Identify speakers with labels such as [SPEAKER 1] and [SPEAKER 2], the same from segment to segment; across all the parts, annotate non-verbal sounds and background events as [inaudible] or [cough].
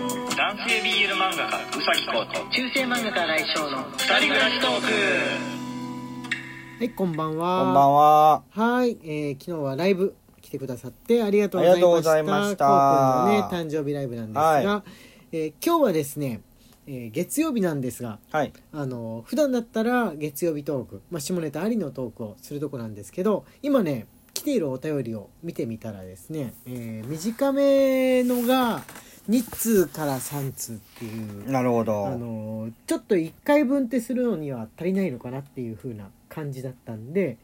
[SPEAKER 1] 級 BL 漫画家うさぎこと
[SPEAKER 2] 中世漫画家来翔の
[SPEAKER 1] 二人暮らしトーク
[SPEAKER 2] はいこんばんは
[SPEAKER 3] こんばんは。
[SPEAKER 2] はい、えー、昨日はライブ来てくださってありがとうございました
[SPEAKER 3] ありがとうございました
[SPEAKER 2] こうくんのね誕生日ライブなんですが、
[SPEAKER 3] は
[SPEAKER 2] えー今日はですね、えー月曜日なんですが
[SPEAKER 3] はい。
[SPEAKER 2] あの普段だったら月曜日トーク、まあ、下ネタありのトークをするとこなんですけど今ね来ているお便りを見てみたらですね、えー短めのが2通から3通っていう
[SPEAKER 3] なるほど。
[SPEAKER 2] あ
[SPEAKER 3] は
[SPEAKER 2] のちょっと1回分ってするのには足りないのかなっていう風な感じだったんで、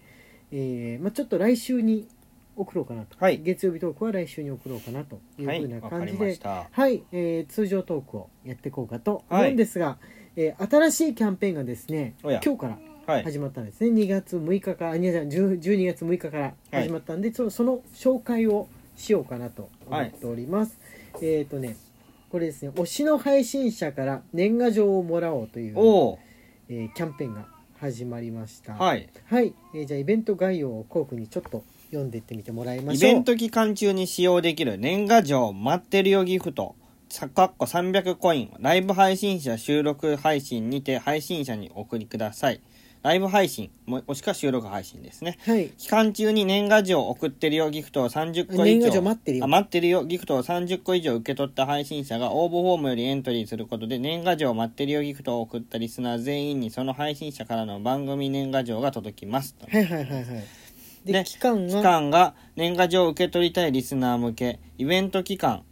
[SPEAKER 2] えーまあ、ちょっと来週に送ろうかなと、
[SPEAKER 3] はい
[SPEAKER 2] 月曜日トークは来週に送ろうかなという風
[SPEAKER 3] い。
[SPEAKER 2] な
[SPEAKER 3] わか
[SPEAKER 2] 感
[SPEAKER 3] り
[SPEAKER 2] じ
[SPEAKER 3] ま
[SPEAKER 2] で
[SPEAKER 3] し、た。
[SPEAKER 2] はい、えー通常トークをやっていこうかと思うんですが、えー新しいキャンペーンがですね
[SPEAKER 3] お
[SPEAKER 2] 今
[SPEAKER 3] や
[SPEAKER 2] 日から
[SPEAKER 3] はい。
[SPEAKER 2] 始まったんですね、2月6日からあいやじゃあ10 12月6日から始まったんで、そその紹介をしようかなと思っております、えっ、とねこれですね推しの配信者から年賀状をもらおうという、
[SPEAKER 3] おお。
[SPEAKER 2] えーキャンペーンが始まりましたい、
[SPEAKER 3] はい。
[SPEAKER 2] はいえーじゃあイベント概要をこうくんにちょっと読んでいってみてもらいま
[SPEAKER 3] イ
[SPEAKER 2] しょう
[SPEAKER 3] ベント期間中に使用できる年賀状待ってるよギフト。さかっこ300コインをライブ配信者収録配信にて配信者にお送りください。ライブ配信、ももしくは収録配信ですね。
[SPEAKER 2] はい
[SPEAKER 3] 期間中に年賀状を送ってるよギフトを30個以上
[SPEAKER 2] 年賀状待ってるよ
[SPEAKER 3] あ待ってるよギフトを30個以上受け取った配信者が応募フォームよりエントリーすることで年賀状を待ってるよギフトを送ったリスナー全員にその配信者からの番組年賀状が届きますと
[SPEAKER 2] はいはいはいはいで
[SPEAKER 3] ね
[SPEAKER 2] 期間
[SPEAKER 3] 期
[SPEAKER 2] が
[SPEAKER 3] 間が年賀状を受け取りたいリスナー向けイベント期間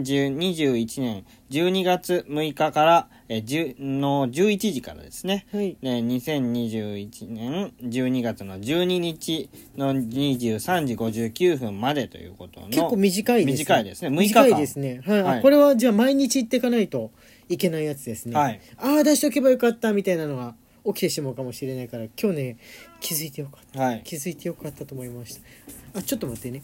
[SPEAKER 3] 2021年12月6日からえー10の11時からですね
[SPEAKER 2] はい
[SPEAKER 3] で2021年12月の12日の23時59分までということの
[SPEAKER 2] 結構短いですね
[SPEAKER 3] 短いですね6日間
[SPEAKER 2] 短いですねはい、あ
[SPEAKER 3] はい
[SPEAKER 2] これはじゃあ毎日行っていかないといけないやつですね、
[SPEAKER 3] はい
[SPEAKER 2] ああ出しておけばよかったみたいなのが起きてしまうかもしれないから今日ね気づいてよかった
[SPEAKER 3] はい
[SPEAKER 2] 気づいてよかったと思いましたあちょっと待ってね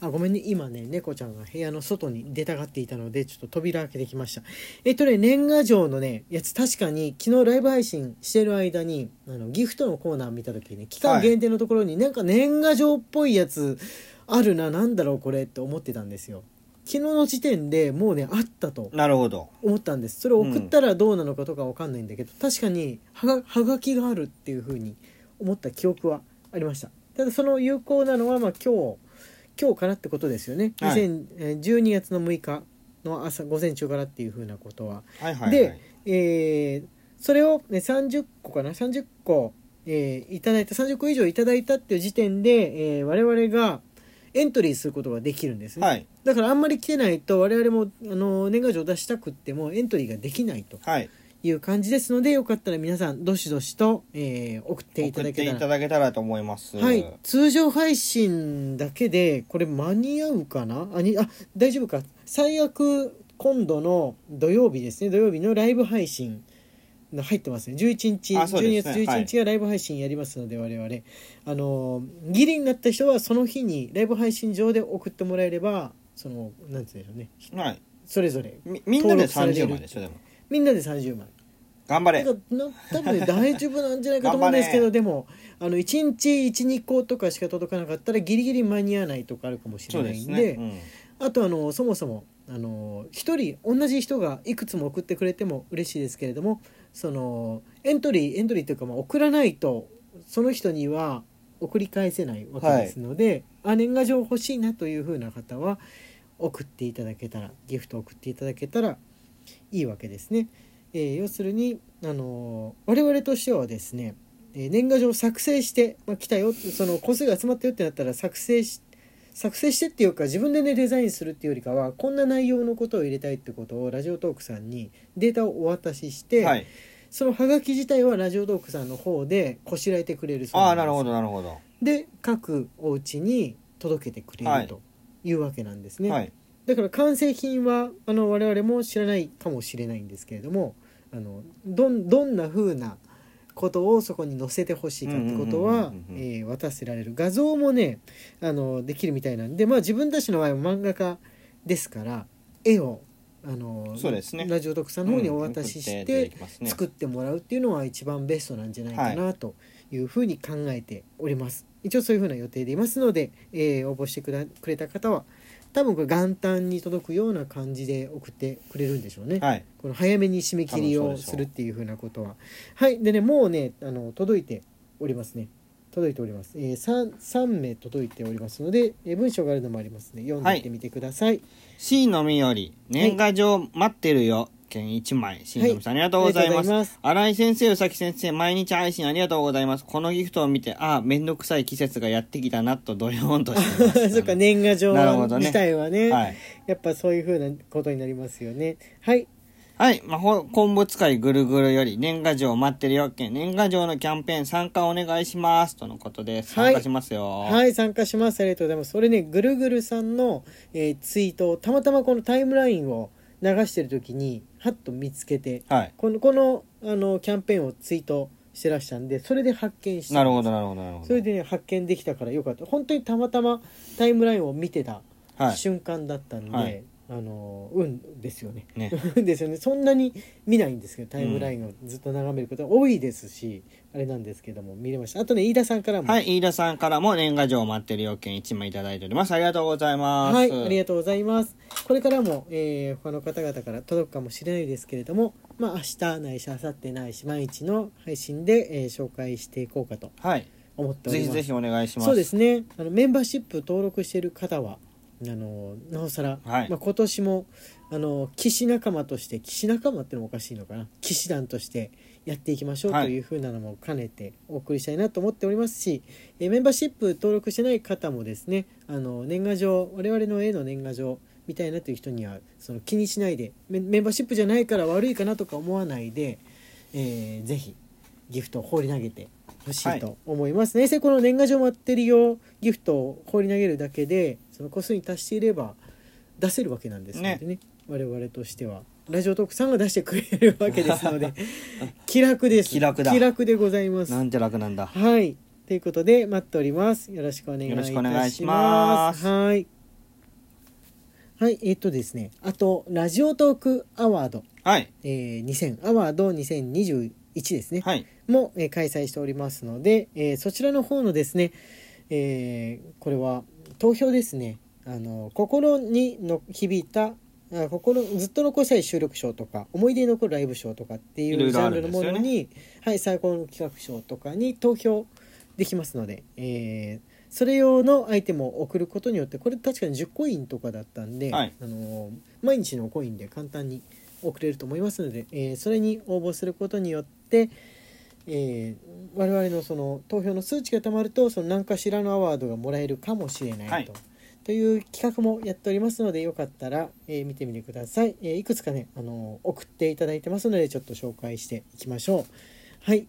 [SPEAKER 2] あごめんね今ね猫ちゃんが部屋の外に出たがっていたのでちょっと扉開けてきましたえっとね年賀状のねやつ確かに昨日ライブ配信してる間にあのギフトのコーナー見た時にね期間限定のところに、なんか年賀状っぽいやつあるななんだろうこれって思ってたんですよ昨日の時点でもうねあったと
[SPEAKER 3] なるほど
[SPEAKER 2] 思ったんですそれを送ったらどうなのかとかわかんないんだけど、確かにはがはがきがあるっていうふうに思った記憶はありましたただその有効なのはまあ今日今日からってことですよね、
[SPEAKER 3] はい
[SPEAKER 2] 2000えー12月の6日の朝午前中からっていうふうなことは、
[SPEAKER 3] はいはいはい
[SPEAKER 2] で、えーそれを、ね、30個かな30個、えーいただいた30個以上いただいたっていう時点で、えー我々がエントリーすることができるんですね、
[SPEAKER 3] はい
[SPEAKER 2] だからあんまり来てないと我々もあの年賀状出したくってもエントリーができないと
[SPEAKER 3] はい
[SPEAKER 2] いう感じですのでよかったら皆さんどしどしと、えー送っていた
[SPEAKER 3] 送っ
[SPEAKER 2] だけ
[SPEAKER 3] てい
[SPEAKER 2] た
[SPEAKER 3] た
[SPEAKER 2] ら
[SPEAKER 3] だけたらと思います
[SPEAKER 2] はい通常配信だけでこれ間に合うかなあにあ大丈夫か最悪今度の土曜日ですね土曜日のライブ配信の入ってますね11日、
[SPEAKER 3] あそう
[SPEAKER 2] 12
[SPEAKER 3] です
[SPEAKER 2] 月
[SPEAKER 3] ね
[SPEAKER 2] 11日がライブ配信やりますので、我々あのギリになった人はその日にライブ配信上で送ってもらえればそのなんて言うんでしょうね
[SPEAKER 3] はい
[SPEAKER 2] それぞれ
[SPEAKER 3] みみんな
[SPEAKER 2] 登
[SPEAKER 3] で
[SPEAKER 2] 録されてる
[SPEAKER 3] 30万でしょでも
[SPEAKER 2] みんなで30枚
[SPEAKER 3] 頑張
[SPEAKER 2] だ
[SPEAKER 3] れ
[SPEAKER 2] からな多分ね大丈夫なんじゃないかと思うんですけど
[SPEAKER 3] 頑張れ
[SPEAKER 2] でもあの1日12個とかしか届かなかったらギリギリ間に合わないとかあるかもしれ
[SPEAKER 3] そう
[SPEAKER 2] な
[SPEAKER 3] で
[SPEAKER 2] い
[SPEAKER 3] す
[SPEAKER 2] んで
[SPEAKER 3] ね、うん
[SPEAKER 2] あとあのそもそもあの1人同じ人がいくつも送ってくれても嬉しいですけれどもそのエントリーエントリーというか、まあ、送らないとその人には送り返せないわけですので、あ年賀状欲しいなというふうな方は送っていただけたらギフトを送っていただけたらいいわけですね。えー要するにあの我々としてはですね、えー年賀状を作成して、まあ、来たよその個数が集まったよってなったら作成し作成してっていうか自分でねデザインするっていうよりかはこんな内容のことを入れたいってことをラジオトークさんにデータをお渡しして、
[SPEAKER 3] はい
[SPEAKER 2] そのハガキ自体はラジオトークさんの方でこしらえてくれるそう
[SPEAKER 3] あ
[SPEAKER 2] な
[SPEAKER 3] あ
[SPEAKER 2] んです
[SPEAKER 3] なるほどなるほど、
[SPEAKER 2] で各お家に届けてくれる、
[SPEAKER 3] はい
[SPEAKER 2] というわけなんですね、
[SPEAKER 3] はい
[SPEAKER 2] だから完成品はあの我々も知らないかもしれないんですけれどもあのどんどんな風なことをそこに載せてほしいかってことは
[SPEAKER 3] うんうんうんうんうん
[SPEAKER 2] えー渡せられる画像もねあのできるみたいなんでまあ自分たちの場合は漫画家ですから絵をあの
[SPEAKER 3] そうですね
[SPEAKER 2] ラジオ特産の方にお渡しして
[SPEAKER 3] うん送っていただきますね
[SPEAKER 2] 作ってもらうっていうのは一番ベストなんじゃないかなというふうに考えております一応そういうふうな予定でいますので、えー応募してくだくれた方は多分これ元旦に届くような感じで送ってくれるんでしょうね、
[SPEAKER 3] はい
[SPEAKER 2] この早めに締め切り
[SPEAKER 3] 多
[SPEAKER 2] を
[SPEAKER 3] 分そうでしょう
[SPEAKER 2] するっていうふうなことははいでねもうねあの届いておりますね届いております、えー、3, 三名届いておりますので、えー文章があるのもありますね読んでいってみてください、
[SPEAKER 3] C のみより年賀状待ってるよ券1枚 C のみさんありがとうござい
[SPEAKER 2] ありがとうご
[SPEAKER 3] ま
[SPEAKER 2] ざいます
[SPEAKER 3] す新井先生宇崎先生毎日配信ありがとうございますこのギフトを見てああ面倒くさい季節がやってきたなとドリョンとしていま
[SPEAKER 2] [laughs]
[SPEAKER 3] す
[SPEAKER 2] そっか年賀状
[SPEAKER 3] なるほどね
[SPEAKER 2] 自体はね
[SPEAKER 3] はい
[SPEAKER 2] やっぱそういうふうなことになりますよねはい
[SPEAKER 3] はい。魔法昆布使いぐるぐるより年賀状待ってるよ券年賀状のキャンペーン参加お願いしますとのことです。
[SPEAKER 2] はい
[SPEAKER 3] 参加しますよ。
[SPEAKER 2] はい参加しますありがとうございますそれねぐるぐるさんの、えーツイートをたまたまこのタイムラインを流してる時にハッと見つけて
[SPEAKER 3] はい。
[SPEAKER 2] このこのあのキャンペーンをツイートしてらしたんでそれで発見した
[SPEAKER 3] なるほど、なるほど、なるほ
[SPEAKER 2] そ
[SPEAKER 3] ど
[SPEAKER 2] れ。でね発見できたからよかった本当にたまたまタイムラインを見てた
[SPEAKER 3] はい。
[SPEAKER 2] 瞬間だったんで、
[SPEAKER 3] はい
[SPEAKER 2] あの運ですよね
[SPEAKER 3] ね。
[SPEAKER 2] [laughs] 運ですよねそんなに見ないんですけどタイムラインをずっと眺めることが多いですし、あれなんですけども見れましたあとね飯田さんからも
[SPEAKER 3] はい。飯田さんからも年賀状待ってるよ券1枚いただいております。ありがとうございます。
[SPEAKER 2] はい、ありがとうございます。これからも、えー他の方々から届くかもしれないですけれども、まあ、明日ないし明後日ないし毎日の配信で、えー紹介していこうかと
[SPEAKER 3] はい。
[SPEAKER 2] 思ってお
[SPEAKER 3] ぜ
[SPEAKER 2] り
[SPEAKER 3] ひ
[SPEAKER 2] ます。
[SPEAKER 3] ぜひお願いします。
[SPEAKER 2] そうですねあのメンバーシップ登録している方はあのなおさら、
[SPEAKER 3] はい
[SPEAKER 2] まあ、今年もあの騎士仲間として騎士仲間ってのもおかしいのかな騎士団としてやっていきましょうと
[SPEAKER 3] はい
[SPEAKER 2] いうふうなのも兼ねてお送りしたいなと思っておりますし、えーメンバーシップ登録してない方もですねあの年賀状我々の絵の年賀状みたいなという人にはその気にしないでメメンバーシップじゃないから悪いかなとか思わないで、えーぜひギフトを放り投げてほしいと思いますね。でこの年賀状待ってるよギフトを放り投げるだけでその個数に達していれば出せるわけなんですのでね我々としてはラジオトークさんが出してくれるわけですので
[SPEAKER 3] [laughs]
[SPEAKER 2] 気楽です
[SPEAKER 3] 気楽だ
[SPEAKER 2] でございます。
[SPEAKER 3] なんて楽なんだ。
[SPEAKER 2] はいということで待っております。よろしくお願いいたします。
[SPEAKER 3] よろしくお願いします
[SPEAKER 2] はい。はい、えっとですね、あと、ラジオトークアワード、
[SPEAKER 3] はい。
[SPEAKER 2] えー2000、アワード2021ですね。
[SPEAKER 3] はい。
[SPEAKER 2] も、えー開催しておりますので、えーそちらの方のですね、えーこれは投票ですねあの心にの響いたあ心ずっと残したい収録賞とか思い出に残るライブ賞とかってい
[SPEAKER 3] いろ
[SPEAKER 2] う
[SPEAKER 3] い
[SPEAKER 2] ジ
[SPEAKER 3] ろ
[SPEAKER 2] ャ
[SPEAKER 3] あ
[SPEAKER 2] ン
[SPEAKER 3] る
[SPEAKER 2] ル
[SPEAKER 3] ん
[SPEAKER 2] の
[SPEAKER 3] ですよ
[SPEAKER 2] も
[SPEAKER 3] ね
[SPEAKER 2] のに、はい、最高の企画賞とかに投票できますので、えーそれ用のアイテムを送ることによってこれ確かに10コインとかだったんで、
[SPEAKER 3] はい
[SPEAKER 2] あの毎日のコインで簡単に送れると思いますので、えーそれに応募することによって、えー我々のその投票の数値がたまるとその何かしらのアワードがもらえるかもしれないと。
[SPEAKER 3] はい
[SPEAKER 2] という企画もやっておりますのでよかったら、えー見てみてください、えーいくつかね、あのー送っていただいてますのでちょっと紹介していきましょうはい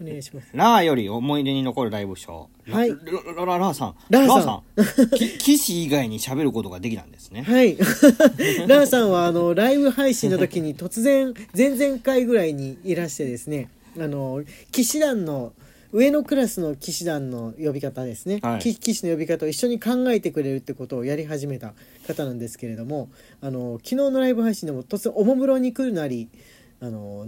[SPEAKER 2] お願いします
[SPEAKER 3] ラーより思い出に残るライブショー。
[SPEAKER 2] はい
[SPEAKER 3] ラララララーさん。
[SPEAKER 2] ラーさん
[SPEAKER 3] さん。き [laughs] 岸以外に喋ることができたんですね。
[SPEAKER 2] はい [laughs] ランさんはあのライブ配信の時に突然前々回ぐらいにいらしてですねあの騎士団の上のクラスの騎士団の呼び方ですね、
[SPEAKER 3] はい
[SPEAKER 2] き騎士の呼び方を一緒に考えてくれるってことをやり始めた方なんですけれどもあの昨日のライブ配信でも突然おもむろに来るなりあの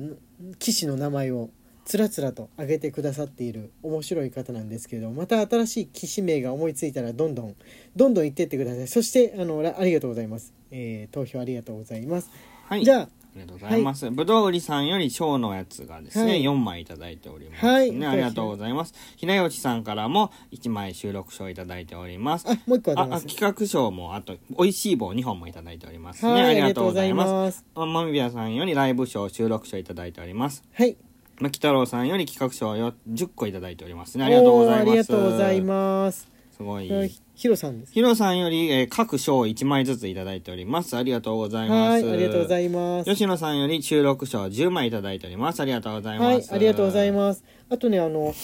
[SPEAKER 2] 騎士の名前をつらつらと挙げてくださっている面白い方なんですけれどもまた新しい騎士名が思いついたらどんどんどんどん言ってってくださいそしてあのらありがとうございます、えー投票ありがとうございます、
[SPEAKER 3] はい。
[SPEAKER 2] じゃあ
[SPEAKER 3] ありがとうございます。ぶどう売りさんより小のやつがですね、
[SPEAKER 2] はい
[SPEAKER 3] 4枚いただいております、
[SPEAKER 2] はい
[SPEAKER 3] ね。ありがとうございます。ひなよちさんからも1枚収録賞いただいております。
[SPEAKER 2] あもう一個あ
[SPEAKER 3] あ
[SPEAKER 2] りま
[SPEAKER 3] あ
[SPEAKER 2] す
[SPEAKER 3] 企画賞もあと美味しい棒2本もいただいておりますね、
[SPEAKER 2] はい
[SPEAKER 3] ありがとうございま
[SPEAKER 2] あ
[SPEAKER 3] す
[SPEAKER 2] りがとうございます
[SPEAKER 3] あまみびやさんよりライブ賞収録賞いただいております
[SPEAKER 2] はい
[SPEAKER 3] まき太郎さんより企画賞をよ10個いただいておりますねありがとうございま
[SPEAKER 2] お
[SPEAKER 3] す
[SPEAKER 2] ーありがとうございます
[SPEAKER 3] すごい
[SPEAKER 2] これはヒロさんです
[SPEAKER 3] ヒロさんより、えー各賞1枚ずついただいておりますありがとうございます
[SPEAKER 2] はいありがとうございます
[SPEAKER 3] 吉野さんより収録賞10枚いただいております。ありがとうござい
[SPEAKER 2] は
[SPEAKER 3] ま
[SPEAKER 2] い
[SPEAKER 3] す。
[SPEAKER 2] ありがとうござい
[SPEAKER 3] す。
[SPEAKER 2] ますあとねあの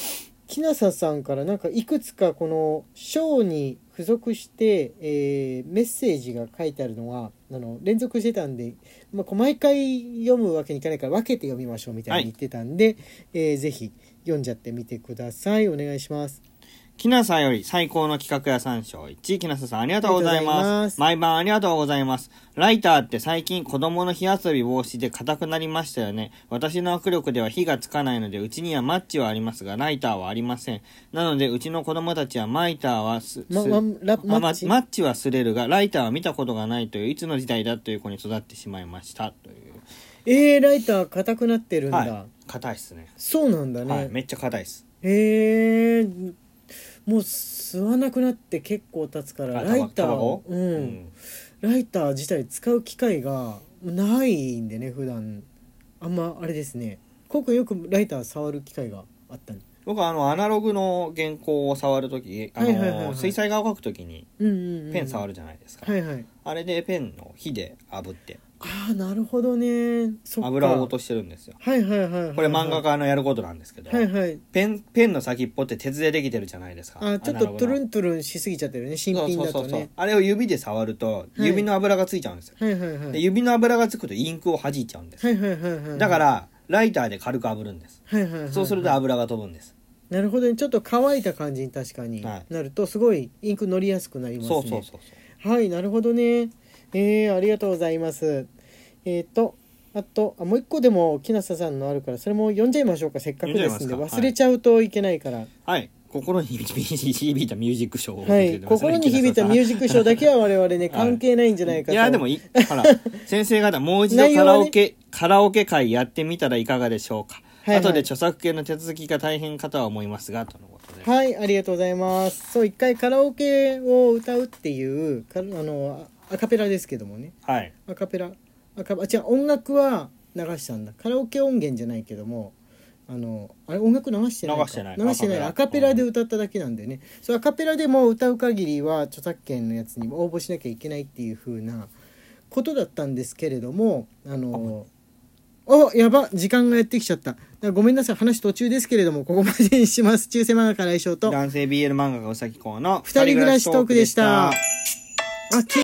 [SPEAKER 2] きなささんからなんかいくつかこの章に付属して、えーメッセージが書いてあるのはあの連続してたんで、まあ、こう毎回読むわけにいかないから分けて読みましょうみたいに言ってたんで、えーぜひ読んじゃってみてくださいお願いします
[SPEAKER 3] きなさんより最高の企画や参照1、きなささんありがとうござい
[SPEAKER 2] ありがとうござい
[SPEAKER 3] ま。
[SPEAKER 2] ますす
[SPEAKER 3] 毎晩ありがとうございます。ライターって最近子供の火遊び防止で硬くなりましたよね。私の握力では火がつかないので、うちにはマッチはありますが、ライターはありません。なので、うちの子供たちはマイターはす、
[SPEAKER 2] ますまラ
[SPEAKER 3] あま
[SPEAKER 2] マッチ
[SPEAKER 3] マッチはすれるが、ライターは見たことがないという、いつの時代だという子に育ってしまいました。という。
[SPEAKER 2] えー、ライター硬くなってるんだ、
[SPEAKER 3] はい。硬いっすね。
[SPEAKER 2] そうなんだね、
[SPEAKER 3] はい。めっちゃ硬いっす。
[SPEAKER 2] えー、もう吸わなくなって結構経つから
[SPEAKER 3] あ
[SPEAKER 2] ライタ
[SPEAKER 3] タバ
[SPEAKER 2] ー
[SPEAKER 3] コ、
[SPEAKER 2] う
[SPEAKER 3] うん
[SPEAKER 2] ライター自体使う機会がないんでね普段あんまあれですねコウ君よくライター触る機会があったの
[SPEAKER 3] 僕はあのアナログの原稿を触るとき、あの、
[SPEAKER 2] はいはいはいはい
[SPEAKER 3] 水彩画を描くときに
[SPEAKER 2] うんうん、
[SPEAKER 3] ペン触
[SPEAKER 2] る
[SPEAKER 3] るじゃないですか。
[SPEAKER 2] はいはい
[SPEAKER 3] あれでペンの火で炙って
[SPEAKER 2] ああなるほどねそっか
[SPEAKER 3] 油を落としてるんですよ。
[SPEAKER 2] はいはいはいはいはい
[SPEAKER 3] これ漫画家のやることなんですけど、
[SPEAKER 2] はいはい
[SPEAKER 3] ペンペンの先っぽって鉄でできてるじゃないですか。
[SPEAKER 2] あちょっとトゥル
[SPEAKER 3] ン
[SPEAKER 2] ントゥルンしすぎちゃってるね新品だと
[SPEAKER 3] そうそうそうそう
[SPEAKER 2] ね
[SPEAKER 3] あれを指で触ると指の油がついちゃうんですよ。
[SPEAKER 2] はいはいは
[SPEAKER 3] で
[SPEAKER 2] い
[SPEAKER 3] 指の油がつくとインクを弾いちゃうんです。
[SPEAKER 2] はいはいはいはい
[SPEAKER 3] だからライターで軽く炙るんです。
[SPEAKER 2] はいはいはいはい
[SPEAKER 3] そうすると油が飛ぶんです。
[SPEAKER 2] なるほどねちょっと乾いた感じに確かに
[SPEAKER 3] はい
[SPEAKER 2] なるとすごいインク乗りやすくなりますね
[SPEAKER 3] そうそうそうそう。
[SPEAKER 2] はい、なるほどね。えー、ありがとうございます。えっ、と、あと、あもう一個でも、きなささんのあるから、それも読んじゃいましょうか、せっかくですんで。
[SPEAKER 3] 読んじゃいますか
[SPEAKER 2] 忘れちゃうといけないから。はい、
[SPEAKER 3] はい。心に響いたミュージックショーを
[SPEAKER 2] 心に響いたミュージックショーだけは我々
[SPEAKER 3] [laughs]
[SPEAKER 2] ね、関係ないんじゃないかと。
[SPEAKER 3] いや、でも
[SPEAKER 2] [laughs]
[SPEAKER 3] いい、ほら、先生方、もう一度
[SPEAKER 2] 内
[SPEAKER 3] カ
[SPEAKER 2] 容は
[SPEAKER 3] ラ
[SPEAKER 2] ね
[SPEAKER 3] オケ、カラオケ会やってみたらいかがでしょうか。
[SPEAKER 2] はいはい
[SPEAKER 3] 後で著作権の手続きが大変かとは思いますが、とのことで。
[SPEAKER 2] はい、ありがとうございます。そう、一回カラオケを歌うっていう、かあの、アカペラですけどもね。
[SPEAKER 3] はい。
[SPEAKER 2] アカペラアカあ違う音楽は流したんだカラオケ音源じゃないけどもあのあれ音楽流してないか
[SPEAKER 3] 流してない
[SPEAKER 2] 流してない
[SPEAKER 3] ア
[SPEAKER 2] ア
[SPEAKER 3] カ
[SPEAKER 2] カ
[SPEAKER 3] ペ
[SPEAKER 2] ペ
[SPEAKER 3] ラ
[SPEAKER 2] ラで歌っただけなんでね、そうアカペラでも歌う限りは著作権のやつに応募しなきゃいけないっていう風なことだったんですけれどもあのおやば時間がやってきちゃったごめんなさい話途中ですけれどもここまでにします中世漫画家来翔と
[SPEAKER 3] 男性 BL 漫画がうさぎこうの
[SPEAKER 2] 二人暮らしトークでしたあき